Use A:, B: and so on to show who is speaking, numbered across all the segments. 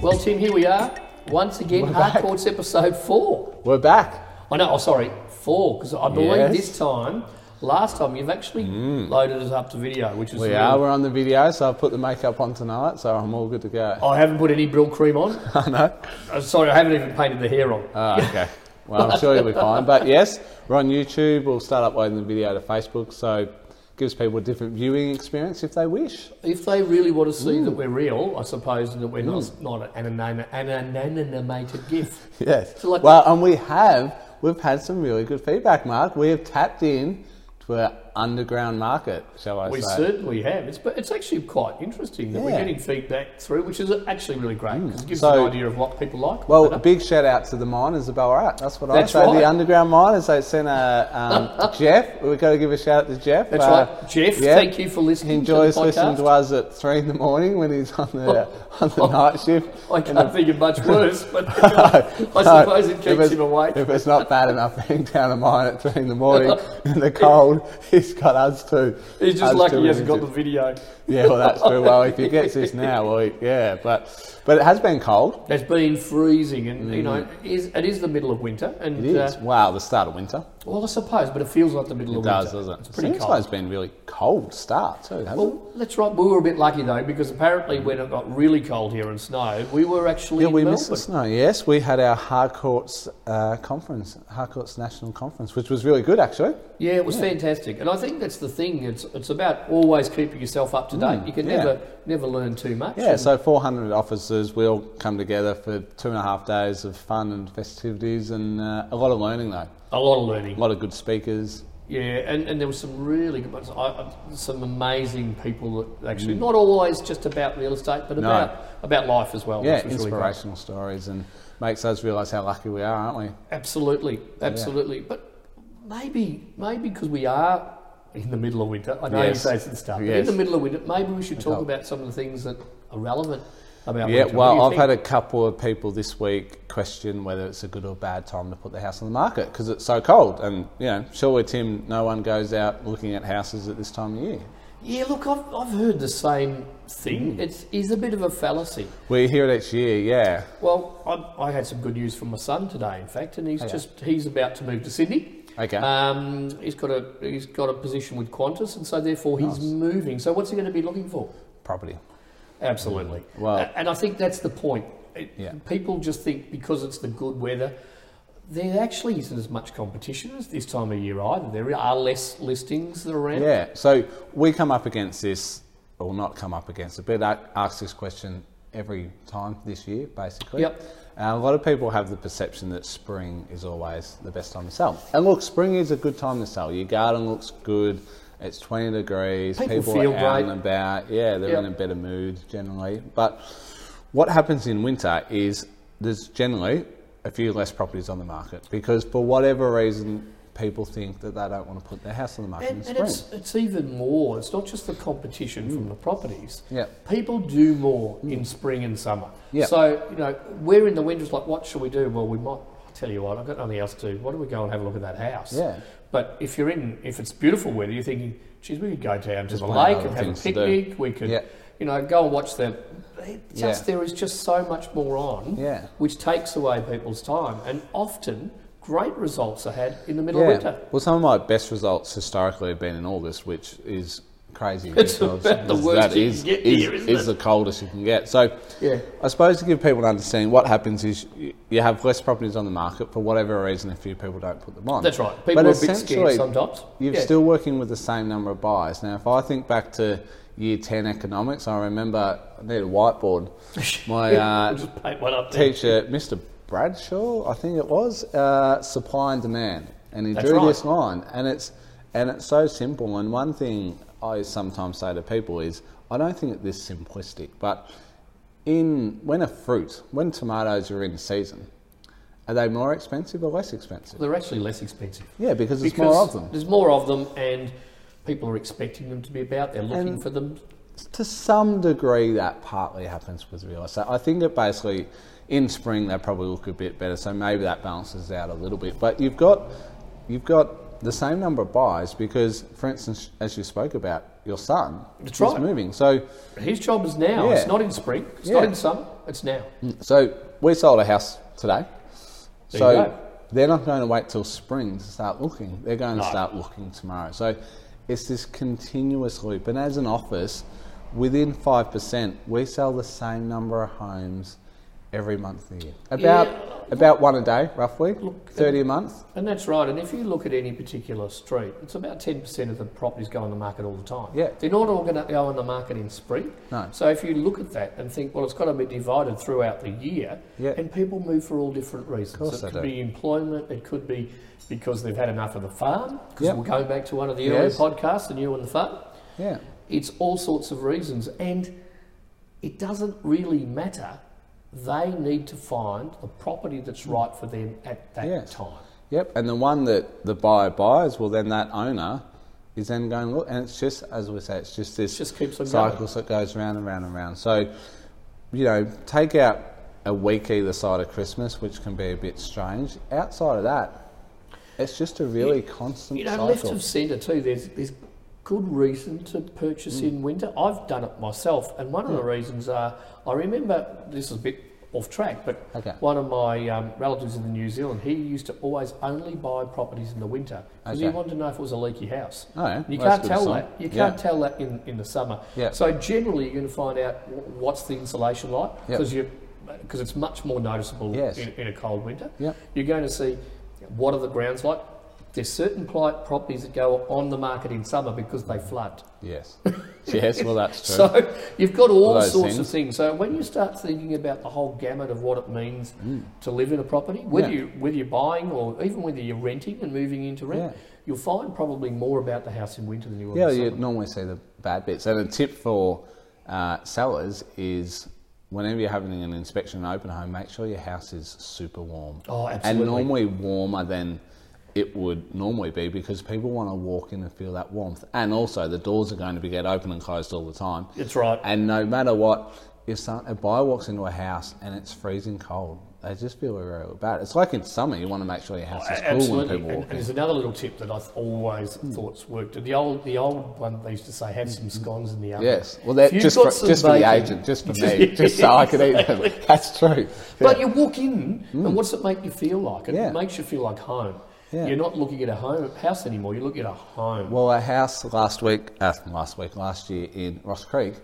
A: Well, Tim, here we are. Once again,
B: We're back.
A: Hard Courts episode four.
B: We're back.
A: I know, oh, sorry, four, because I believe
B: Yes. Mm.
A: this time, last time, you've actually loaded us up to video, which is.
B: We
A: real.
B: are. We're on the video, so I've put the makeup on tonight, so I'm all good to go.
A: Oh, I haven't put any brill cream on.
B: I know.
A: Uh, sorry, I haven't even painted the hair on.
B: Ah, okay. Well, I'm sure you'll be fine. But yes, we're on YouTube. We'll start uploading the video to Facebook, so it gives people a different viewing experience if they wish.
A: If they really want to
B: Mm.
A: see that we're real, I suppose, and that we're not, not an, anon- an anonymized GIF.
B: Yes.
A: So like-
B: well, and we have. We've had some really good feedback, Mark. We have tapped in to an underground market, shall I
A: We
B: say?
A: certainly have. It's, but it's actually quite interesting that we're
B: Yeah. Mm.
A: getting feedback through, which is actually really great because it gives
B: So-
A: an idea of what people like.
B: Well, a big shout out to the miners of Ballarat. That's what
A: That's
B: I say.
A: right.
B: The underground miners. They sent a um, Jeff. We've got to give a shout out to Jeff.
A: That's
B: Uh,
A: right. Jeff,
B: yeah.
A: thank you for listening
B: He enjoys
A: to the podcast.
B: listening to us at three in the morning when he's on the on the night shift.
A: I can't think of much worse, but I
B: No,
A: suppose it
B: if
A: keeps
B: it's-
A: him awake.
B: If it's not bad enough being down a mine at three in the morning in the cold, he's got us too.
A: He's
B: Us
A: just lucky
B: too
A: he hasn't
B: with
A: got
B: him.
A: the video.
B: Yeah, well, that's true. Well, if he gets this now, well, he- yeah, but but it has been cold.
A: It's been freezing, and you know, it is, it is the middle of winter, and
B: Mm. It is.
A: Uh,
B: wow, the start of winter.
A: well, I suppose, but it feels like the middle
B: It
A: of
B: does,
A: winter.
B: doesn't it?
A: It's pretty
B: Seems
A: cold.
B: like it's been really cold start too, hasn't it?
A: Well, that's right. We were a bit lucky though, because apparently when it got really cold here and snow, we were actually
B: Yeah,
A: in
B: we
A: Melbourne.
B: missed the snow. Yes, we had our Harcourts uh, conference, Harcourts National Conference, which was really good actually.
A: Yeah, it was fantastic, and I think that's the thing. It's it's about always keeping yourself up to date. you can
B: Mm, yeah.
A: never never learn too much.
B: Yeah,
A: and-
B: so 400 officers we all come together for two and a half days of fun and festivities, and uh, a lot of learning though.
A: a lot of
B: A
A: learning.
B: lot of good speakers.
A: Yeah, and, and there were some really good ones. I, I, some amazing people that actually not always just about real estate, but
B: Mm. No.
A: about about life as well.
B: Yeah,
A: which was really great.
B: inspirational stories, and makes us realise how lucky we are, aren't we?
A: Absolutely, absolutely. But maybe, maybe because we are in the middle of winter, I know
B: Yes.
A: you say it's the start, but in
B: Yes.
A: the middle of winter, maybe we should talk
B: helps.
A: about some of the things that are relevant about winter.
B: Yeah,
A: What do
B: well,
A: you
B: I've
A: think?
B: had a couple of people this week question whether it's a good or bad time to put the house on the market because it's so cold. And, you know, surely, Tim, no one goes out looking at houses at this time of year.
A: yeah. Look, I've, I've heard the same
B: Mm.
A: thing. It's is a bit of a fallacy.
B: We hear it each year, yeah.
A: Well, I, I had some good news from my son today, in fact,
B: Oh,
A: and he's just he's about to move to Sydney.
B: Okay.
A: Um, he's got a he's got a position with Qantas, and so therefore he's moving. So what's he going to be looking for?
B: Property.
A: Absolutely.
B: Well-
A: A- and I think that's the point. It-
B: Yeah.
A: People just think because it's the good weather, there actually isn't as much competition as this time of year either. There are less listings that are around.
B: Yeah, so we come up against this, or not come up against it, but I ask this question every time this year, basically.
A: Yep.
B: Uh, a lot of people have the perception that spring is always the best time to sell. And look, spring is a good time to sell. Your garden looks good. It's 20 degrees.
A: People
B: People,
A: feel
B: are out
A: great.
B: and about. Yeah, they're
A: Yep.
B: in a better mood generally. But what happens in winter is there's generally a few less properties on the market because for whatever reason, people think that they don't want to put their house on the market in
A: And,
B: spring.
A: and it's, it's even more. It's not just the competition from the properties.
B: Yeah.
A: People do more in spring and summer.
B: Mm. Yeah.
A: So, you know, we're in the winter, it's like, what shall we do? Well, we might I'll tell you what, I've got nothing else to do. Why don't we go and have a look at that house?
B: Yeah.
A: But if you're in, if it's beautiful weather, you're thinking, geez, we could go down to the
B: plan
A: lake
B: other
A: and have a
B: things to do.
A: picnic. We could,
B: Yeah.
A: you know, go and watch the. it Just
B: Yeah.
A: there is just so much more on,
B: Yeah.
A: which takes away people's time, and often great results are had in the middle of
B: Yeah.
A: winter.
B: Well, some of my best results historically have been in August, which is crazy.
A: It's
B: because
A: about the worst
B: that
A: you can
B: is-
A: get
B: is-
A: here, isn't
B: is
A: it?
B: the coldest you can get. So,
A: Yeah.
B: I suppose to give people an understanding, what happens is you- you have less properties on the market for whatever reason. A few people don't put them on.
A: That's right. People
B: But
A: are a bit scared
B: essentially,
A: sometimes.
B: You're
A: Yeah.
B: still working with the same number of buyers. Now, if I think back to year 10 economics, I remember I needed a whiteboard. My uh,
A: just paint one up there.
B: teacher, Mr. Bradshaw, I think it was, uh, supply and demand, and he
A: That's
B: drew
A: right.
B: this line, and it's and it's so simple. And one thing I sometimes say to people is, I don't think it's this simplistic, but in when a fruit, when tomatoes are in season, are they more expensive or less expensive?
A: They're actually less expensive.
B: Yeah, because there's
A: Because
B: more of them.
A: There's more of them, and people are expecting them to be about. They're looking
B: And-
A: for them.
B: To some degree, that partly happens with real estate. I think it basically, in spring, they probably look a bit better, so maybe that balances out a little bit. But you've got, you've got the same number of buys because, for instance, as you spoke about, your son
A: That's
B: is
A: right.
B: moving. So,
A: His job is now. It's
B: Yeah.
A: not in spring. It's
B: Yeah.
A: not in summer. It's now.
B: so we sold a house today.
A: There
B: so
A: you go.
B: they're not going to wait till spring to start looking. They're going
A: No.
B: to start looking tomorrow. So it's this continuous loop. And as an office, within five percent, we sell the same number of homes every month of the year. About
A: Yeah.
B: about one a day, roughly.
A: Look,
B: Thirty a month.
A: And that's right. And if you look at any particular street, it's about 10% of the properties go on the market all the time.
B: Yeah.
A: They're not all going to go on the market in spring.
B: No.
A: So if you look at that and think, well, it's got to be divided throughout the year,
B: Yeah.
A: and people move for all different reasons.
B: course
A: it
B: they
A: could
B: do.
A: be employment, it could be because they've had enough of the farm, because
B: Yeah.
A: we're going back to one of the
B: Yes.
A: earlier podcasts, the new and the farm.
B: Yeah.
A: It's all sorts of reasons, and it doesn't really matter. They need to find the property that's right for them at that
B: Yes.
A: time.
B: Yep, and the one that the buyer buys, well, then that owner is then going look, and it's just as we say, it's just this
A: It just keeps on going.
B: cycles that goes round and round and round. So, you know, take out a week either side of Christmas, which can be a bit strange. Outside of that, it's just a really constant
A: You know,
B: cycle.
A: left of centre too. There's there's good reason to purchase
B: Mm.
A: in winter. I've done it myself, and one of the reasons are I remember this is a bit off track, but
B: Okay.
A: one of my um, relatives in New Zealand, he used to always only buy properties in the winter because he
B: Okay.
A: wanted to know if it was a leaky house.
B: Oh, yeah.
A: You
B: Well, that's
A: can't
B: good
A: tell
B: sign.
A: that. You
B: Yeah.
A: can't tell that in, in the summer.
B: Yeah.
A: So generally, you're going to find out wh- what's the insulation like
B: Yep.
A: because you because it's much more noticeable
B: Yes.
A: in, in a cold winter.
B: Yep.
A: You're going to see what are the grounds like. There's certain pli- properties that go on the market in summer because they flood.
B: Yes. yes, well, that's true.
A: So you've got all
B: Those
A: sorts of things.
B: things.
A: So when you start thinking about the whole gamut of what it means to live in a property, whether
B: Hmm. Yeah.
A: you whether you're buying or even whether you're renting and moving into rent,
B: Yeah.
A: you'll find probably more about the house in winter than you will.
B: Yeah,
A: in
B: you
A: summer.
B: normally see the bad bits. And a tip for uh, sellers is whenever you're having an inspection in an open home, make sure your house is super warm.
A: Oh,
B: and
A: absolutely.
B: normally warmer than it would normally be because people want to walk in and feel that warmth. And also, the doors are going to be get open and closed all the time.
A: That's right.
B: And no matter what, if some, a buyer walks into a house and it's freezing cold, they just feel very bad. It's like in summer, you want to make sure your house is cool when
A: Absolutely.
B: people
A: And,
B: walk in.
A: and there's another little tip that I've always
B: Hmm.
A: thought's worked. The old, the old one they used to say, have some scones in the oven.
B: Mm-hmm. Yes, well, that,
A: If you've
B: just,
A: got
B: for,
A: some
B: just for the
A: bacon-
B: agent, just for me, just so I could eat them. That's true.
A: But you walk in, and what's it make you feel like? It
B: Mm. Yeah.
A: makes you feel like home.
B: Yeah.
A: You're not looking at a home house anymore. You're looking at a home.
B: Well, a house last week, uh, last week, last year in Ross Creek,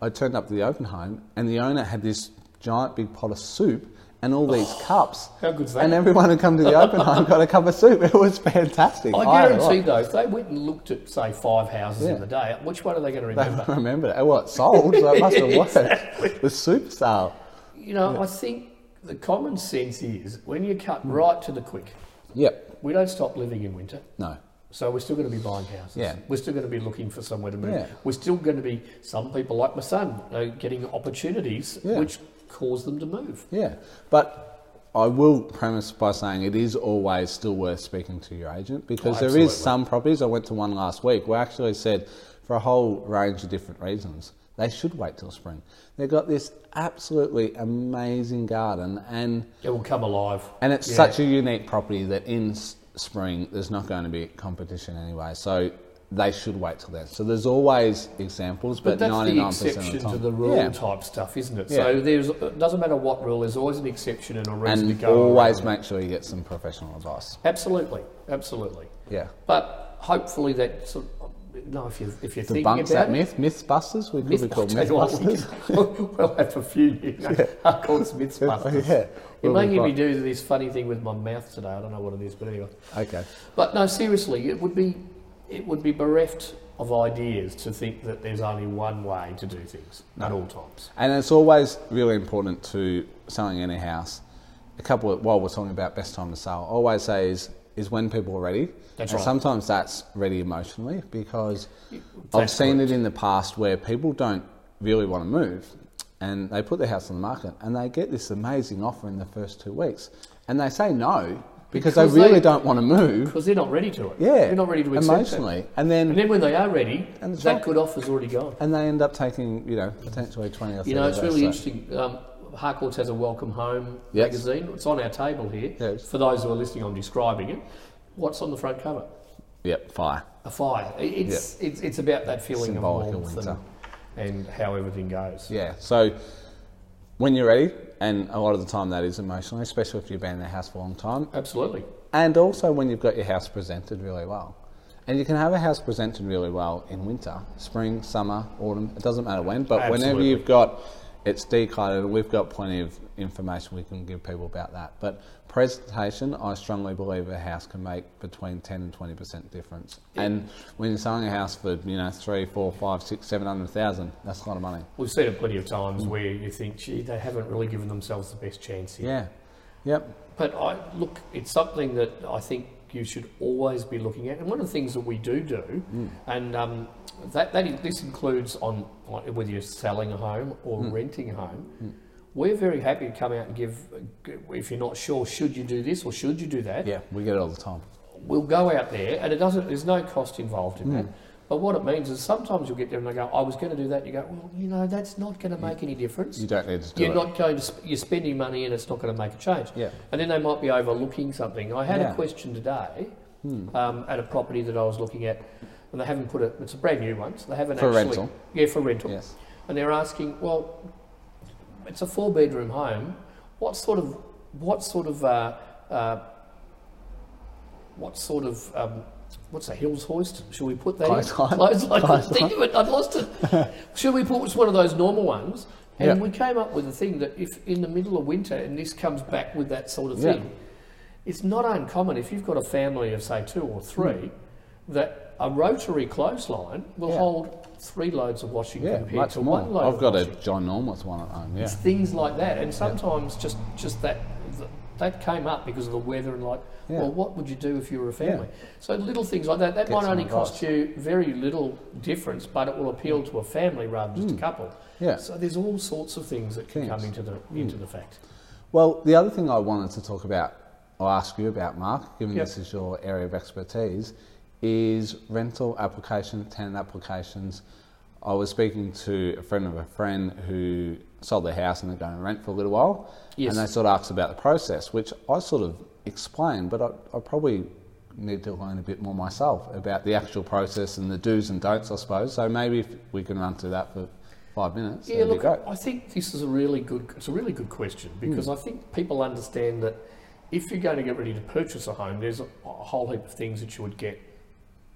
B: I turned up to the open home, and the owner had this giant big pot of soup and all these cups.
A: Oh, how good's that?
B: And everyone who come to the open home got a cup of soup. It was fantastic.
A: I
B: had a lot.
A: guarantee, though, if they went and looked at, say, five houses in
B: Yeah.
A: the day, which one are they going to
B: They
A: remember?
B: remembered it. Well, it sold, so it must have worked. The soup sale.
A: you know, I think the common sense is when you cut
B: Hmm.
A: right to the quick,
B: Yep.
A: we don't stop living in winter.
B: No.
A: So we're still going to be buying houses.
B: Yeah.
A: We're still going to be looking for somewhere to move.
B: Yeah.
A: We're still going to be some people like my son are getting opportunities
B: Yeah.
A: which cause them to move.
B: Yeah, but I will premise by saying it is always still worth speaking to your agent because
A: Oh,
B: there is
A: absolutely.
B: some properties. I went to one last week where I actually said for a whole range of different reasons they should wait till spring. They've got this absolutely amazing garden and
A: It will come alive.
B: and it's
A: Yeah.
B: such a unique property that in s- spring there's not going to be competition anyway. So they should wait till then. So there's always examples,
A: But
B: but,
A: that's
B: ninety
A: the
B: nine percent of
A: exception
B: the time,
A: to the rule
B: Yeah.
A: type stuff, isn't it?
B: Yeah.
A: So there's it doesn't matter what rule, there's always an exception and a reason to
B: and
A: go.
B: always
A: around.
B: make sure you get some professional advice.
A: Absolutely, absolutely.
B: Yeah.
A: But hopefully that sort of, no, if you if you're thinking about
B: debunks that
A: it,
B: myth. Mythbusters. We could be called
A: Myth- I'll tell you
B: Mythbusters.
A: what, we- we'll have a few new I'll call it Smith's Busters.
B: Oh, Yeah,
A: You're
B: we'll be
A: making me
B: fine.
A: do this funny thing with my mouth today. I don't know what it is, but anyway.
B: Okay.
A: But no, seriously, it would be it would be bereft of ideas to think that there's only one way to do things at all times.
B: And it's always really important to selling any house. A couple of, while we're talking about best time to sell, I always say is is when people are ready.
A: That's
B: and
A: right.
B: sometimes that's ready emotionally because I've
A: That's
B: seen it in the past where people don't really want to move and they put their house on the market and they get this amazing offer in the first two weeks and they say no because,
A: Because
B: they really
A: they-
B: don't want to move.
A: Because they're not ready to it.
B: Yeah.
A: They're not ready to accept
B: emotionally.
A: it.
B: And then
A: And then when they are ready,
B: And it's
A: that
B: right.
A: good offer's already gone.
B: And they end up taking, you know, potentially 20 or 30
A: You know, it's
B: of those,
A: really
B: so-
A: interesting. Um, Harcourt's has a Welcome Home
B: Yes.
A: magazine. It's on our table here.
B: Yes.
A: For those who are listening, I'm describing it. What's on the front cover?
B: Yep, fire.
A: a fire. It- It's it's, it's about that feeling
B: Symbolic
A: of
B: of
A: warmth
B: winter.
A: And, and how everything goes.
B: Yeah. So when you're ready, and a lot of the time that is emotional, especially if you've been in the house for a long time,
A: Absolutely.
B: and also when you've got your house presented really well. And you can have a house presented really well in winter, spring, summer, autumn, it doesn't matter when, but whenever
A: Absolutely.
B: you've got it's decluttered, we've got plenty of information we can give people about that. But presentation, I strongly believe a house can make between 10 and 20% difference. And when you're selling a house for, you know, three, four, five, six, seven hundred thousand, that's a lot of money.
A: We've seen it plenty of times where you think, gee, they haven't really given themselves the best chance here.
B: Yeah. Yep.
A: But I look, it's something that I think you should always be looking at. And one of the things that we do do,
B: Mm.
A: and um, that, that this includes on on- whether you're selling a home or
B: Mm.
A: renting a home. We're very happy to come out and give. uh, If you're not sure, should you do this or should you do that?
B: Yeah. We get it all the time.
A: we'll go out there and it doesn't there's no cost involved in
B: Mm.
A: that but what it means is sometimes you'll get there and they go i was going to do that you go well you know that's not going to make any difference
B: You don't need to do
A: you're
B: it.
A: not going to sp- you're spending money and it's not going to make a change
B: Yeah.
A: and then they might be overlooking something i had a
B: Yeah. Hmm.
A: question today um, at a property that i was looking at and they haven't put it it's a brand new one so they haven't
B: For
A: actually
B: rental.
A: yeah for rental
B: yes.
A: and they're asking, well, it's a four bedroom home. What sort of what sort of uh, uh, what sort of um, what's a hills hoist? Should we put that
B: Clothesline.
A: in? Clothesline. I couldn't think of it. I've lost it. Should we put just one of those normal ones? And
B: Yeah.
A: we came up with a thing that if in the middle of winter, and this comes back with that sort of
B: Yeah.
A: thing, it's not uncommon if you've got a family of say two or three that a rotary clothesline will
B: Hmm. Yeah.
A: hold three loads of washing
B: Yeah,
A: compared
B: much
A: to
B: more.
A: one load
B: I've
A: of
B: got a
A: washing.
B: ginormous one at home. Yeah.
A: It's things like that, and sometimes just just that th- that came up because of the weather and like,
B: Yeah.
A: well, what would you do if you were a family? So little things like that. That
B: Get
A: might
B: some
A: only
B: advice.
A: cost you very little difference, but it will appeal to a family rather than just a couple.
B: Mm. Yeah. Mm.
A: So there's all sorts of things that can come
B: Things.
A: into the into the fact.
B: Well, the other thing I wanted to talk about, or ask you about, Mark, given
A: Yep.
B: this is your area of expertise, is rental application, tenant applications. I was speaking to a friend of a friend who sold their house and they're going to rent for a little while.
A: Yes.
B: And they sort of asked about the process, which I sort of explained, but I, I probably need to learn a bit more myself about the actual process and the do's and don'ts, I suppose. So maybe if we can run through that for five minutes.
A: Yeah,
B: that'd be
A: look,
B: great. Mm.
A: I think this is a really good. It's a really good question because I think people understand that if you're going to get ready to purchase a home, there's a, a whole heap of things that you would get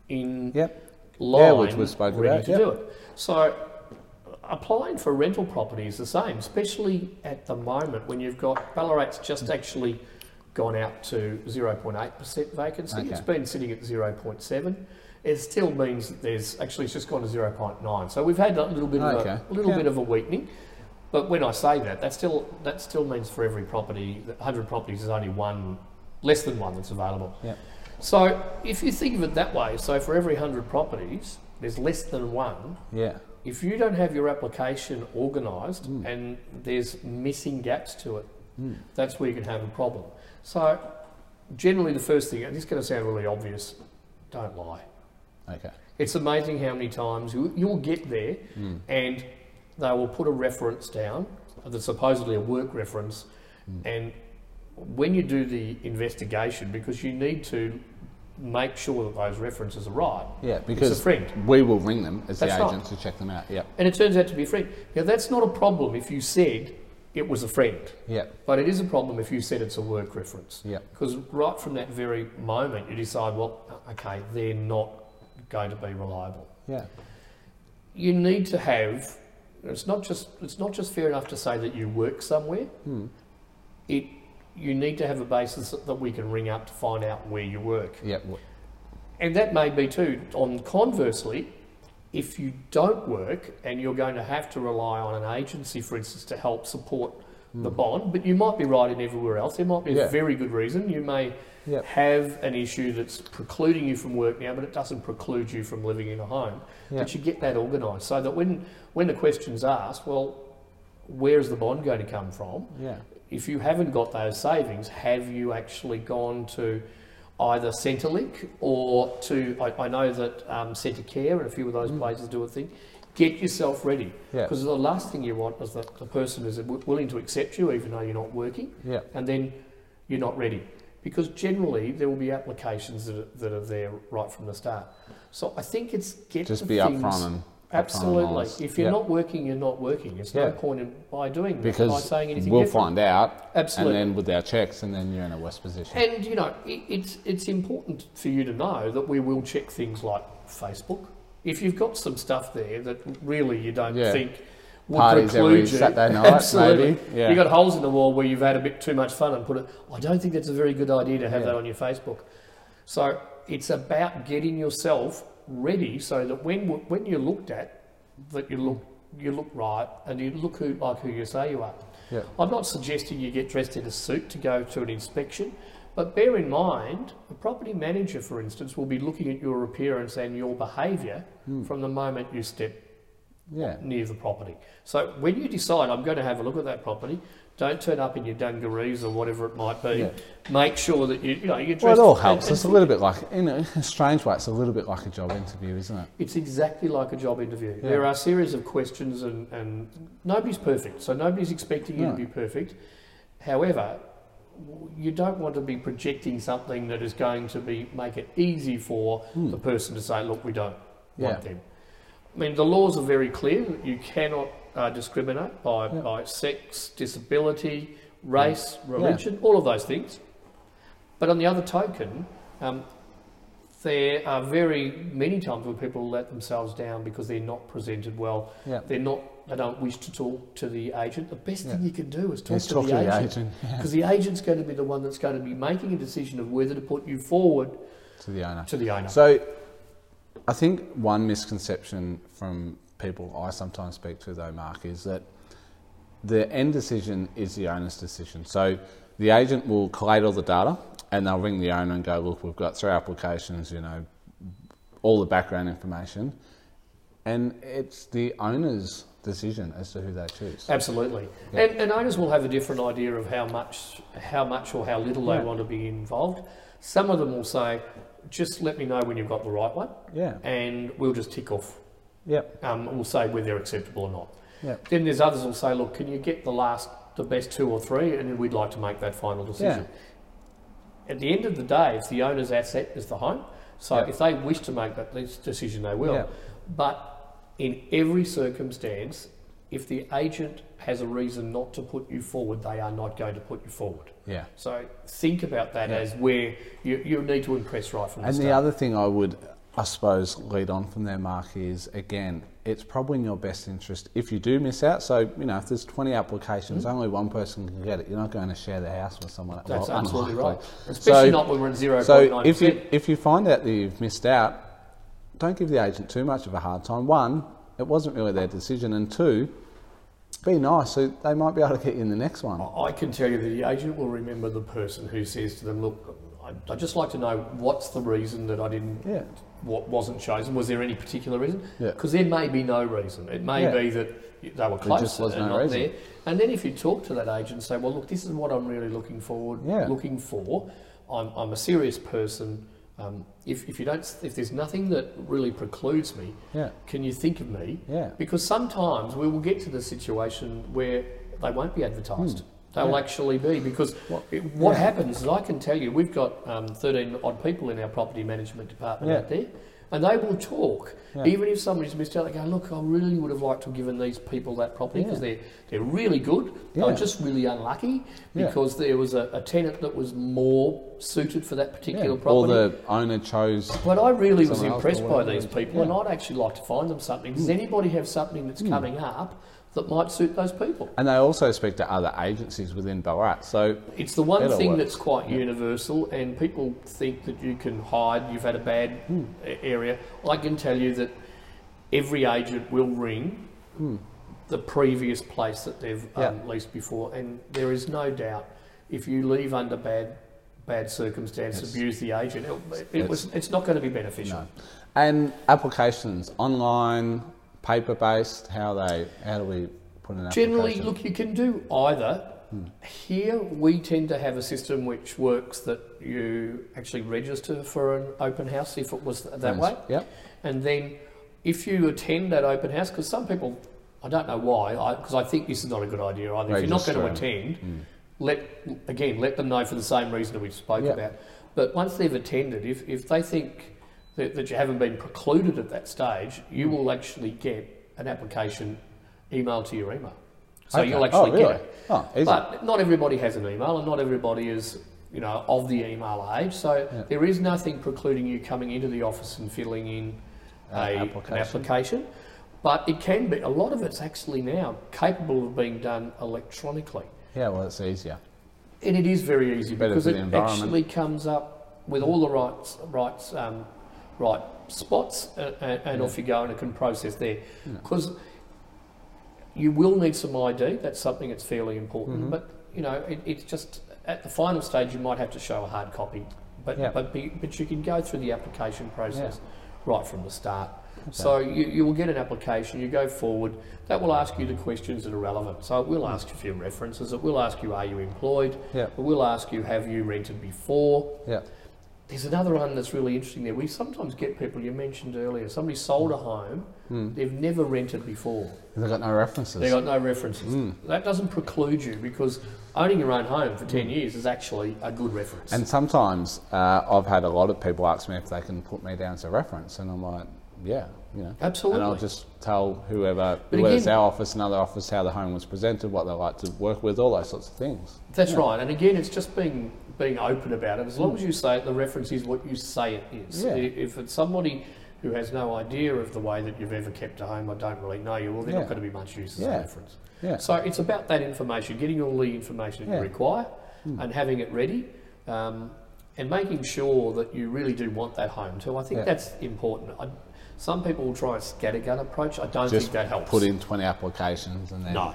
A: in
B: Yep.
A: line
B: Yeah, which we spoke
A: ready
B: about,
A: to
B: yeah.
A: do it. So applying for rental property is the same, especially at the moment when you've got Ballarat's just actually gone out to 0.8% vacancy. It's
B: Okay.
A: been sitting at 0.7. It still means that there's actually it's just gone to 0.9. So we've had a little bit of
B: Okay.
A: a little
B: Yeah.
A: bit of a weakening. But when I say that, that still that still means for every property, 100 properties, there's only one less than one that's available.
B: Yep.
A: So if you think of it that way, so for every 100 properties, there's less than one.
B: Yeah.
A: If you don't have your application organised and there's missing gaps to it, that's where you can have a problem. So generally, the first thing, and this is going to sound really obvious, don't lie.
B: Okay.
A: It's amazing how many times you, you'll get there and they will put a reference down, that's supposedly a work reference, and when you do the investigation, because you need to make sure that those references are right,
B: Yeah,
A: it's a
B: because
A: friend.
B: we will ring them as
A: That's
B: the
A: right.
B: agent to check them out. Yep.
A: And it turns out to be a friend. Now, that's not a problem if you said it was a friend,
B: Yep.
A: but it is a problem if you said it's a work reference.
B: Yep.
A: Because right from that very moment, you decide, well, okay, they're not going to be reliable.
B: Yeah.
A: you need to have it's not just it's not just fair enough to say that you work somewhere
B: Hmm.
A: it you need to have a basis that we can ring up to find out where you work
B: Yep. w-
A: and that may be too on conversely if you don't work and you're going to have to rely on an agency for instance to help support the bond but you might be right in everywhere else there might be a
B: Hmm. Yeah.
A: very good reason you may
B: Yep.
A: have an issue that's precluding you from work now, but it doesn't preclude you from living in a home.
B: Yeah.
A: But you get that organised so that when when the question's asked, well, where is the bond going to come from?
B: Yeah.
A: If you haven't got those savings, have you actually gone to either Centrelink or to I, I know that um, Centre Care and a few of those places do a thing. Get yourself ready
B: Mm. Yeah.
A: because the last thing you want is that the person is w- willing to accept you even though you're not working
B: Yeah.
A: and then you're not ready. because generally there will be applications that are, that are there right from the start. So I think it's get the
B: Just be
A: things,
B: upfront and upfront and
A: Absolutely.
B: honest.
A: If you're
B: Yeah.
A: not working, you're not working. There's
B: Yeah.
A: no point in by doing that, by
B: because
A: saying anything
B: we'll
A: different.
B: find out,
A: Absolutely.
B: and then with our checks, and then you're in a worse position.
A: And you know, it, it's it's important for you to know that we will check things like Facebook. If you've got some stuff there that really you don't
B: Yeah.
A: think would
B: Parties
A: preclude
B: every
A: you,
B: Saturday night,
A: absolutely.
B: maybe. Yeah.
A: You've got holes in the wall where you've had a bit too much fun and put it. I don't think that's a very good idea to have
B: Yeah.
A: that on your Facebook. So it's about getting yourself ready so that when when you're looked at, that you look you look right and you look who, like who you say you are.
B: Yeah.
A: I'm not suggesting you get dressed in a suit to go to an inspection, but bear in mind a property manager, for instance, will be looking at your appearance and your behaviour
B: Hmm.
A: from the moment you step
B: yeah,
A: near the property. So when you decide I'm going to have a look at that property, don't turn up in your dungarees or whatever it might be.
B: Yeah.
A: Make sure that you you know you're dressed.
B: well, it all
A: and-
B: helps.
A: and-
B: It's a little bit like, in a strange way, it's a little bit like a job interview, isn't it?
A: It's exactly like a job interview.
B: Yeah.
A: There are a series of questions, and, and nobody's perfect, so nobody's expecting you
B: No.
A: to be perfect. However, w- you don't want to be projecting something that is going to be make it easy for the person to say, "Look, we don't want
B: Hmm. Yeah.
A: them." I mean, the laws are very clear. that You cannot uh, discriminate by,
B: Yeah.
A: by sex, disability, race, religion, all of those things. But on the other token, um, there are very many times where people let themselves down because they're not presented well.
B: Yeah.
A: They're not. They don't wish to talk to the agent. The best thing
B: Yeah.
A: you can do is talk,
B: Let's
A: to,
B: talk
A: the agent
B: agent, yeah,
A: because the agent's going to be the one that's going to be making a decision of whether to put you forward
B: to the owner.
A: to the owner.
B: So, I think one misconception from people I sometimes speak to, though, Mark, is that the end decision is the owner's decision. So, the agent will collate all the data and they'll ring the owner and go, Look, we've got three applications, you know, all the background information. And it's the owner's decision as to who they choose.
A: Absolutely,
B: Yeah.
A: and, and owners will have a different idea of how much, how much or how little
B: Yeah.
A: they want to be involved. Some of them will say, "Just let me know when you've got the right one,
B: Yeah,
A: and we'll just tick off
B: yep,
A: um, will say whether they're acceptable or not.
B: yep.
A: Then there's others will say, look, can you get the last, the best two or three, and then we'd like to make that final decision. At the end of the day, it's the owner's asset is the home. So
B: Yeah.
A: if they wish to make that this decision, they will.
B: Yeah.
A: But in every circumstance, if the agent has a reason not to put you forward, they are not going to put you forward.
B: Yeah.
A: So think about that
B: Yeah.
A: as where you, you need to impress right from the
B: And
A: start.
B: the other thing I would, I suppose, lead on from there, Mark, is again, it's probably in your best interest if you do miss out. So, you know, if there's 20 applications, only one person can get it. You're not going to share the house with someone.
A: Hmm? That's
B: well,
A: absolutely
B: unlikely.
A: right. Especially
B: So-
A: not when we're at 0.9%.
B: So, if you, if you find out that you've missed out, don't give the agent too much of a hard time. One, it wasn't really their decision. And two, be nice. So they might be able to get you in the next one.
A: I can tell you that the agent will remember the person who says to them, "Look, I- I'd just like to know what's the reason that I didn't,
B: Yeah.
A: what wasn't chosen. Was there any particular reason?
B: Yeah.
A: Because there may be no reason. It may
B: Yeah.
A: be that y- they were close
B: just was
A: and
B: no
A: not
B: reason.
A: there. And then if you talk to that agent and say, "Well, look, this is what I'm really looking forward,
B: Yeah.
A: looking for. I'm, I'm a serious person. Um, if, if you don't, s- if there's nothing that really precludes me,
B: Yeah.
A: can you think of me?
B: Yeah.
A: Because sometimes we will get to the situation where they won't be advertised. They'll
B: Hmm. Yeah.
A: actually be because what,
B: What-
A: it, what
B: yeah.
A: happens is I can tell you we've got um, 13 odd people in our property management department
B: Yeah.
A: out there and they will talk
B: Yeah.
A: even if somebody's missed out they go look I really would have liked to have given these people that property because they're they're really good they
B: Yeah.
A: were just really unlucky
B: Yeah.
A: because there was a, a tenant that was more suited for that
B: Yeah.
A: particular property
B: Or the owner chose.
A: but I really was
B: Someone else
A: impressed
B: or
A: by
B: whatever.
A: these people, and
B: Yeah. Hmm.
A: I'd actually like to find them something. Does anybody have something that's coming up that might suit those people?
B: And they also speak to other agencies within Ballarat. So
A: It's the one
B: It'll
A: thing
B: work.
A: that's quite universal, and people think that you can hide, you've had a bad
B: Hmm.
A: a- area. I can tell you that every agent will ring
B: Hmm.
A: the previous place that they've um, leased before, and there is no doubt if you leave under bad bad circumstance,
B: Yes.
A: abuse the agent, it, it
B: It's-
A: was, it's not going to be beneficial.
B: No. And applications online, paper based. How they? How do we put an
A: Generally,
B: application? Hmm.
A: look, you can do either. Here, we tend to have a system which works that you actually register for an open house if it was that way.
B: Yep.
A: And then if you attend that open house, because some people, I don't know why, because I, think this is not a good idea either. If you're not going to
B: Register
A: attend, let again let them know for the same reason that we spoke
B: Yeah.
A: about. But once they've attended, if if they think that, that you haven't been precluded at that stage, you
B: Hmm.
A: will actually get an application emailed to your email. So
B: Okay.
A: you'll actually
B: oh, really?
A: get it.
B: Oh, easy.
A: But not everybody has an email, and not everybody is, you know, of the email age. So
B: Yeah.
A: there is nothing precluding you coming into the office and filling in
B: An
A: a,
B: Uh, application.
A: an application. But it can be. A lot of it's actually now capable of being done electronically,
B: yeah, well, it's easier.
A: and it is very easy
B: Better
A: because
B: for
A: it
B: the environment.
A: actually comes up with all the rights, rights, um, right spots, uh, and, and off you go, and it can process there because. You will need some ID. That's something that's fairly important.
B: Mm-hmm.
A: But you know, it, it's just at the final stage you might have to show a hard copy. But
B: Yeah.
A: but be, but you can go through the application process right from the start. So you, you will get an application. You go forward. That will ask you the questions that are relevant. So it will
B: Mm.
A: ask you for your references. It will ask you, are you employed?
B: Yeah.
A: It will ask you, have you rented before?
B: Yeah.
A: There's another one that's really interesting there. We sometimes get people you mentioned earlier. Somebody sold a home.
B: Hmm.
A: They've never rented before.
B: They've got no references.
A: They got no references.
B: Hmm.
A: That doesn't preclude you because owning your own home for 10 years is actually a good reference.
B: Hmm. And sometimes uh, I've had a lot of people ask me if they can put me down as a reference, and I'm like, yeah, you know.
A: Absolutely.
B: And I'll just tell whoever,
A: But
B: whether it's
A: again-
B: our office, another office, how the home was presented, what they like to work with, all those sorts of things.
A: That's right. And again, it's just being being open about it. As long as you say it, the reference is what you say it is.
B: Yeah.
A: I- If it's somebody who has no idea of the way that you've ever kept a home, I don't really know you, well, they're
B: Yeah.
A: not going to be much use as
B: Yeah.
A: a reference.
B: Yeah.
A: So it's about that information, getting all the information that
B: Yeah. Hmm.
A: you require and having it ready um, and making sure that you really do want that home too. I think
B: Yeah.
A: that's important. I, some people will try a scattergun approach. I don't
B: Just
A: think that helps.
B: Put in 20 applications and then.
A: No,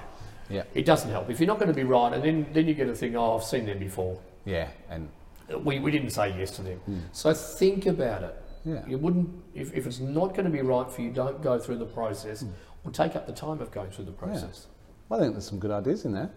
B: Yeah.
A: it doesn't help. If you're not going to be right, and then, then you get a thing, oh, I've seen them before.
B: Yeah. And
A: We, we didn't say yes to them. So think about it.
B: Hmm. Yeah.
A: You wouldn't, if, if it's not going to be right for you, don't go through the process
B: Hmm.
A: or take up the time of going through the process.
B: I think there's some good ideas in there.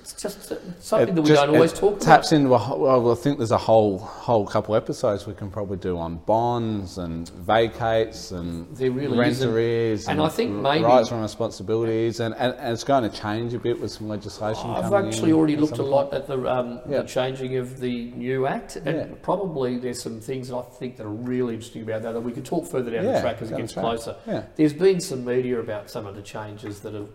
A: It's just uh, something
B: It
A: that we
B: just-
A: don't always
B: it
A: talk about.
B: taps into a whole, well, I think there's a whole whole couple episodes we can probably do on bonds and vacates and
A: There really
B: rent
A: isn't.
B: arrears
A: And I think
B: r-
A: maybe-
B: rights and responsibilities and, and, and it's going to change a bit with some legislation.
A: I've
B: coming
A: actually
B: in
A: already
B: at
A: looked a
B: some
A: lot at the, um,
B: Yeah.
A: the changing of the new act, and
B: Yeah.
A: probably there's some things that I think that are really interesting about that that we could talk further down
B: Yeah,
A: the track as it
B: down the
A: gets
B: track.
A: closer.
B: Yeah.
A: There's been some media about some of the changes that are,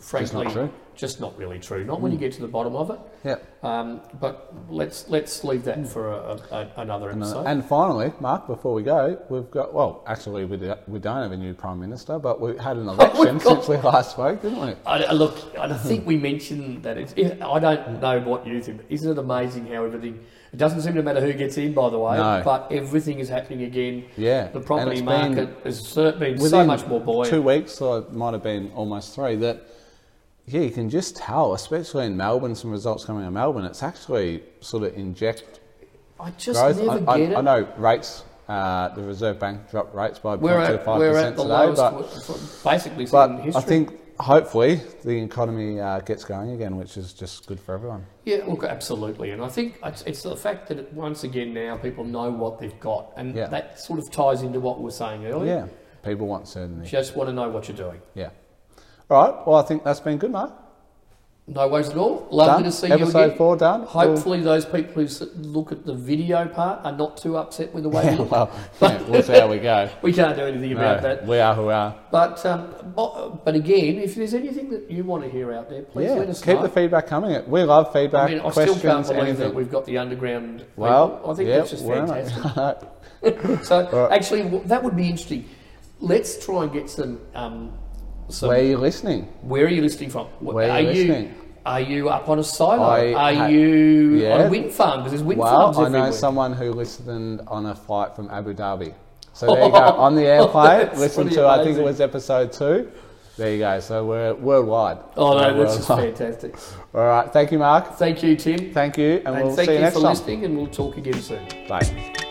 A: frankly,
B: true. Hmm.
A: just not really true. Not when you get to the bottom of it.
B: Yeah.
A: Um, but let's let's leave
B: Hmm.
A: that for a, a, a, another
B: And,
A: episode.
B: and finally, Mark, before we go, we've got well, actually, we, do, we don't have a new prime minister, but we had an election
A: Oh, got-
B: since we last spoke, didn't we?
A: I, I look, I don't think we mentioned that. It's, I don't know what you think. But isn't it amazing how everything? It doesn't seem to matter who gets in, by the way.
B: No.
A: But everything is happening again.
B: Yeah,
A: The
B: and
A: property
B: it's been-
A: market has cer- been so
B: Within
A: much more buoyant.
B: Two weeks, or it might have been almost three. That yeah, you can just tell, especially in Melbourne, some results coming out of Melbourne. It's actually sort of inject
A: I just
B: growth.
A: never
B: I,
A: get
B: I,
A: it.
B: I know rates. Uh, the Reserve Bank dropped rates by
A: We're
B: 0.25
A: at, we're at
B: percent
A: the
B: today,
A: lowest,
B: but,
A: w- basically, in
B: but
A: history.
B: I think hopefully the economy uh, gets going again, which is just good for everyone.
A: Yeah, look, absolutely. And I think it's, it's the fact that it, once again now people know what they've got. And
B: Yeah.
A: that sort of ties into what we were saying earlier.
B: Yeah, people want certainty.
A: Just want to know what you're doing.
B: Yeah. All right. Well, I think that's been good, Mark.
A: No worries at all. Lovely
B: Done.
A: to see
B: Episode
A: you again.
B: four done.
A: Hopefully, those people who s- look at the video part are not too upset with the way we
B: Yeah,
A: look.
B: well, yeah, we'll see how we go.
A: We can't do anything about
B: No,
A: that.
B: We are who we are.
A: But um, bo- but again, if there's anything that you want to hear out there, please
B: yeah,
A: let us
B: keep
A: know.
B: the feedback coming. We love feedback,
A: I mean, I still
B: questions,
A: can't believe
B: anything.
A: that we've got the underground. people.
B: well,
A: I think
B: yeah,
A: that's just
B: we're on it.
A: fantastic.
B: Alright.
A: So
B: Right.
A: actually, w- that would be interesting. Let's try and get some. Um, some
B: Where are
A: where,
B: you listening?
A: are you listening from? W-
B: Where are you listening?
A: Are you up on a silo?
B: I
A: are
B: ha-
A: you on
B: yeah.
A: a wind farm? Because there's wind farms
B: Well, I know
A: everywhere.
B: someone who listened on a flight from Abu Dhabi. So there you go. On the airplane,
A: Oh, That's
B: listen
A: pretty
B: to, I think it
A: amazing.
B: was episode two. There you go. So we're worldwide.
A: Oh no,
B: We're
A: that's just
B: worldwide.
A: fantastic.
B: All right. Thank you, Mark.
A: Thank you, Tim,
B: Thank you. And,
A: and
B: we'll
A: thank
B: see you
A: you
B: next
A: for
B: time.
A: listening. And we'll talk again soon.
B: Bye.